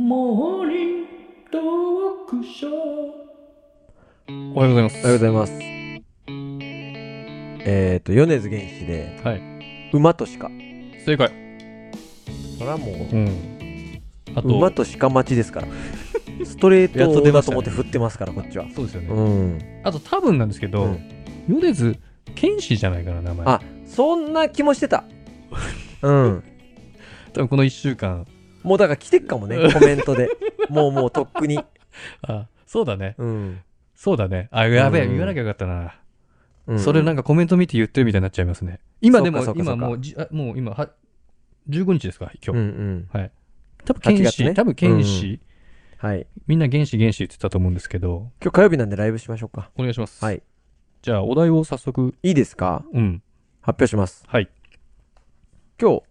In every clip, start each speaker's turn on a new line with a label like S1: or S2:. S1: モーニングトークショー。
S2: おはようございます。
S3: おはようございます。えっ、と、米津玄師で、
S2: はい。
S3: 馬と鹿。
S2: 正解。
S3: それはもう、
S2: ん。あと、
S3: 馬と鹿待ちですから。ストレー
S2: やっと
S3: ト
S2: 出ま
S3: だ
S2: し
S3: と
S2: たね
S3: 思って振ってますから、こっちは。
S2: そうですよね。
S3: うん。
S2: あと、多分なんですけど、
S3: うん
S2: 米津玄師じゃないかな、名前。
S3: あ、そんな気もしてた。うん。
S2: 多分この1週間。
S3: もうだから来てっかもね、コメントで。もうもうとっくに。
S2: あ、そうだね。
S3: うん。
S2: そうだね。あ、やべえ、
S3: うん
S2: 言わなきゃよかったな。
S3: うん
S2: それなんかコメント見て言ってるみたいになっちゃいますね。今でも
S3: そう、かそうかそうか
S2: 今もうじ、あもう今は、15日ですか、今
S3: うん
S2: 日。
S3: うん。
S2: はい。多分剣
S3: 8月
S2: 士、
S3: ね
S2: 多分剣士、
S3: はい。
S2: みんな原始原始って言ってたと思うんですけど、
S3: 今日火曜日なんでライブしましょうか。
S2: お願いします。
S3: はい。
S2: じゃあ、お題を早速、
S3: いいですか
S2: うん。
S3: 発表します。
S2: はい。
S3: 今日、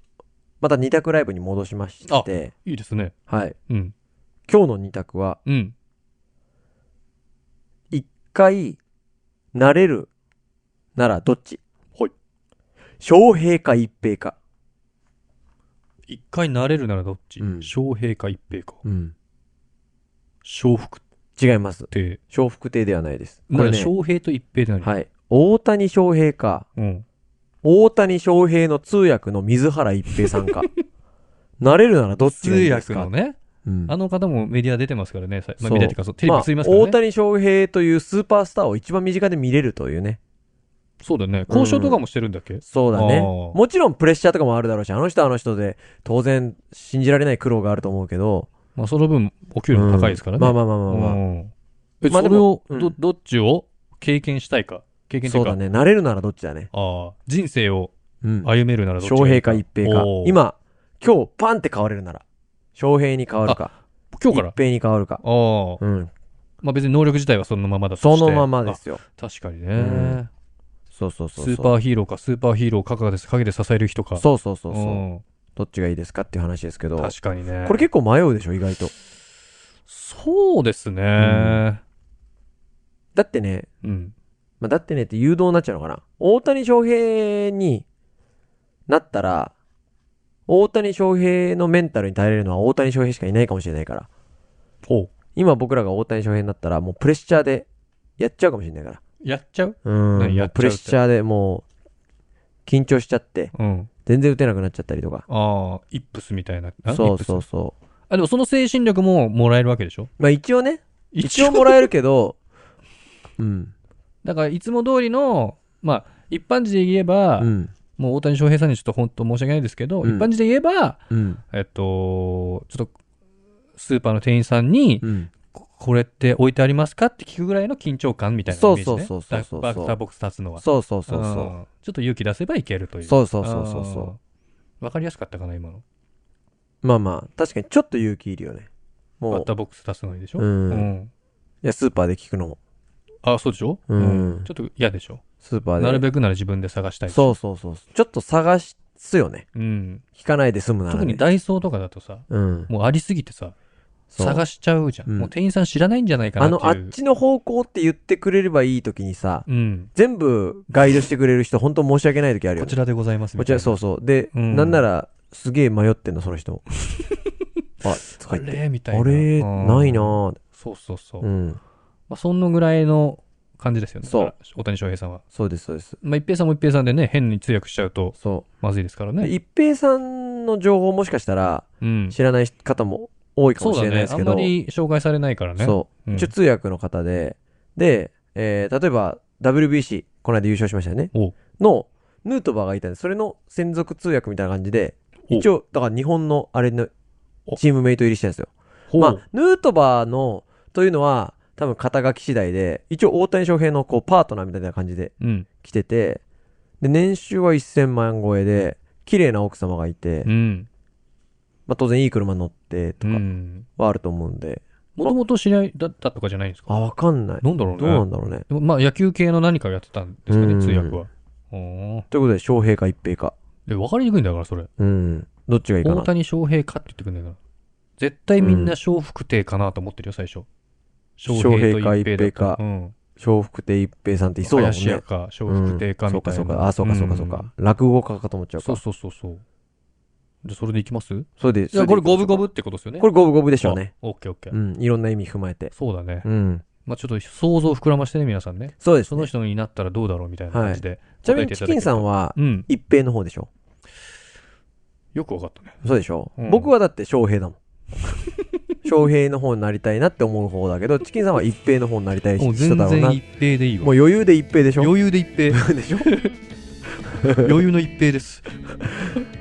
S3: また二択ライブに戻しまして、
S2: いいですね。
S3: はい。
S2: うん。
S3: 今日の二択は、
S2: うん。
S3: 一回、なれる、ならどっち
S2: はい。
S3: 昌平か一平か。
S2: 一回慣れるならどっち、
S3: うん
S2: 昌平か一平か。
S3: うん。
S2: 昌福っ
S3: 違います。
S2: て、
S3: 笑福亭ではないです。こ
S2: な
S3: れ
S2: んか
S3: ね、
S2: 昌平と一平って何、
S3: はい。大谷翔平か、
S2: うん。
S3: 大谷翔平の通訳の水原一平さ んか。なれるならどっち
S2: 通
S3: がいいです
S2: 訳の
S3: か
S2: ね、
S3: うん
S2: あの方もメディア出てますからね。さま
S3: そ
S2: あ、メ
S3: う
S2: ディアっていうかそう、テレビ映りますから
S3: まあ
S2: ね。
S3: 大谷翔平というスーパースターを一番身近で見れるというね。
S2: そうだよね。交渉とかもしてるんだっけ、
S3: そうだね
S2: あー。
S3: もちろんプレッシャーとかもあるだろうし、あの人はあの人で、当然信じられない苦労があると思うけど。
S2: まあ、その分、お給料も高いですからね。
S3: まあまあまあまあまあ。
S2: うんえ、
S3: ま
S2: そ
S3: あで
S2: れを
S3: も、
S2: ど
S3: うん、
S2: どっちを経験したいか。経験とい
S3: そうう
S2: か、
S3: だね。慣れるならどっちだね。
S2: ああ、人生を
S3: うん。
S2: 歩めるならどっちがいい
S3: 翔平か一平か
S2: お。ー
S3: 今、今日パンって変われるなら。翔平に変わるか。
S2: 今日から。あ
S3: 一平に変わるか。
S2: あ。
S3: うん。
S2: まあ別に能力自体はそのままだと
S3: そ
S2: して
S3: のままですよ。
S2: あ確かにね、
S3: んそうそうそ
S2: ス
S3: うそう。
S2: ーパーヒーローか、スーパーヒーローを陰で陰で支える人か。
S3: そうそうそうそう、
S2: ん
S3: どっちがいいですかっていう話ですけど。
S2: 確かにね。
S3: これ結構迷うでしょ、意外と。
S2: そうですね。
S3: だってね、
S2: うん。
S3: まあ、だってねって誘導になっちゃうのかな。大谷翔平になったら、大谷翔平のメンタルに耐えれるのは大谷翔平しかいないかもしれないから。
S2: おう
S3: 今僕らが大谷翔平になったら、もうプレッシャーでやっちゃうかもしれないから。
S2: やっちゃう
S3: うん。
S2: 何やっ
S3: も
S2: ちゃう
S3: うプレッシャーでもう、緊張しちゃって、
S2: うん。
S3: 全然打てなくなっちゃったりとか。
S2: ああ、イップスみたいな。あ
S3: そうそ
S2: イップ
S3: う
S2: ス
S3: そう。
S2: あ、でもその精神力ももらえるわけでしょ
S3: まあ一応ね、一応
S2: も。
S3: もらえるけど、 うん。
S2: だからいつも通りの、まあ、一般人で言えば、
S3: うん。
S2: もう大谷翔平さんにちょっと本当申し訳ないですけど、
S3: うん
S2: 一般人で言えば、
S3: うん。
S2: えっと、ちょっと、スーパーの店員さんに、
S3: うん。
S2: ここれって置いてありますかって聞くぐらいの緊張感みたいなイメージ、ね、
S3: そうそうそうそうそう
S2: バッターボックス立つのは
S3: そうそうそう
S2: う
S3: そ。
S2: んちょっと勇気出せばいけるというう
S3: そうそうそうそうそう。
S2: うわかりやすかったかな今の
S3: まあまあ、確かにちょっと勇気いるよね。
S2: バ
S3: も
S2: ッ
S3: う
S2: タ、ーボックス立つのにでしょ
S3: うんいや、スーパーで聞くのも。
S2: あそうでしょ、
S3: うん
S2: ちょっと嫌でしょ
S3: スーパーで。
S2: なるべくなら自分で探したい
S3: そうそうそう。ちょっと探すよね。
S2: う、ん、
S3: 聞かないで済むなら、
S2: 特
S3: ね。
S2: にダイソーとかだとさ
S3: うん。
S2: もうありすぎてさ
S3: そう
S2: 探しちゃうじゃん、
S3: うん
S2: もう店員さん知らないんじゃないかなっ
S3: あ
S2: ていう
S3: の、あっちの方向って言ってくれればいい時にさ、
S2: うん、
S3: 全部ガイドしてくれる人、本当申し訳ない時あるよ
S2: こ
S3: ね。
S2: ちらでございます
S3: こちら、そううそう。で、
S2: うん
S3: なんなら、すげえ迷ってんの、その人 も。あ、と
S2: あ
S3: か言って。
S2: れみた
S3: あ
S2: いな
S3: れ、
S2: うん
S3: ないなぁ。
S2: そうそうそう、
S3: うん。
S2: まあ、そのぐらいの感じですよね。
S3: そう
S2: だから大谷翔平さんは。
S3: そうです、そうです。
S2: まあ、一平さんも一平さんでね、変に通訳しちゃうと
S3: そ
S2: まずいですから
S3: う。で
S2: ね。
S3: 一平さんの情報もしかしたら、
S2: うん。
S3: 知らない方も多いか
S2: そ
S3: も
S2: う
S3: し
S2: だ
S3: れない
S2: ね
S3: で。す
S2: あ
S3: け
S2: ん
S3: ど。
S2: まり紹介されないからね。
S3: そう。
S2: うん
S3: 一応通訳の方で、で、えー例えば WBC、この間優勝しましたよね。
S2: おう
S3: の、ヌートバーがいたんで、それの専属通訳みたいな感じで、
S2: お
S3: 一応、だから日本のあれの
S2: お
S3: チームメイト入りしてるんですよ。
S2: ほう。
S3: まあ、ヌートバーの、というのは、多分肩書き次第で、一応大谷翔平のこうパートナーみたいな感じで
S2: うん。
S3: 来てて、で、年収は1000万超えで、綺麗な奥様がいて、
S2: うん。
S3: まあ当然いい車乗ってと
S2: う
S3: か
S2: ん。
S3: はあると思うんで、
S2: もともと知り合いだったとかじゃないんですか
S3: あ、わかんない。
S2: なんだろうね。
S3: どうなんだろうね。
S2: でもまあ、野球系の何かをやってたんですか
S3: うん
S2: ね、通訳は。おー
S3: ということで、翔平か一平か。
S2: で、分かりにくいんだから、それ。
S3: うん。どっちがいいか
S2: 大
S3: な。
S2: 谷翔平かって言ってくんだから。絶対みんな笑福亭かなと思ってるよ、最初。
S3: 翔平か
S2: と一だったら
S3: 一平か
S2: うん。
S3: 笑福亭一平さんっていそうだもん
S2: 林家
S3: ね。
S2: か、笑福亭か
S3: うん
S2: みたいな。
S3: そうかそうか。あ、そうかそうかそうか。落語家かと思っちゃう
S2: そう
S3: か。
S2: そうそうそう。じゃあそれでいきます
S3: それで。
S2: いや、これ五
S3: 五
S2: 分
S3: 分
S2: 五分
S3: 五分
S2: ってことですよね。
S3: こ
S2: れ
S3: れ五分五分でしょうね。。
S2: オッケーオッケー。
S3: うん。いろんな意味踏まえて。
S2: そうだね。
S3: うん。
S2: まあちょっと想像膨らましてね、皆さんね。
S3: そうです
S2: その
S3: ね。
S2: 人になったらどうだろうみたいな感じで。
S3: ちなみにチキンさん
S2: は。
S3: は、
S2: うん。
S3: 一平の方でしょ
S2: よくわかったね。
S3: そうでしょ、
S2: うん
S3: 僕はだって翔平だ もん。翔平の方になりたいなって思う方だけど、チキンさんは一平の方になりたい
S2: もう
S3: 人
S2: 全
S3: だろうな。
S2: 然
S3: も
S2: 一平でいいうわ。
S3: 余裕で一平でしょ
S2: 余裕で一平。
S3: でしょ
S2: 余裕の一平です。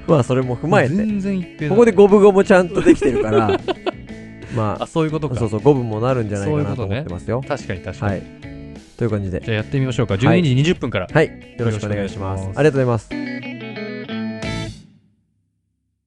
S3: まあそれも踏まえて。
S2: 全然一平だ
S3: ここで五分五分ちゃんとできてる から、ま
S2: あ、そういうこと
S3: あ、
S2: か。
S3: そうそう、五分もなるんじゃないかなと
S2: そういうことね
S3: 思ってますよ。
S2: 確かに確かに。
S3: はい。という感じで。
S2: じゃあやってみましょうか。
S3: はい
S2: 12時20分から。
S3: はい。よろしくお願いします。ありがとうございます。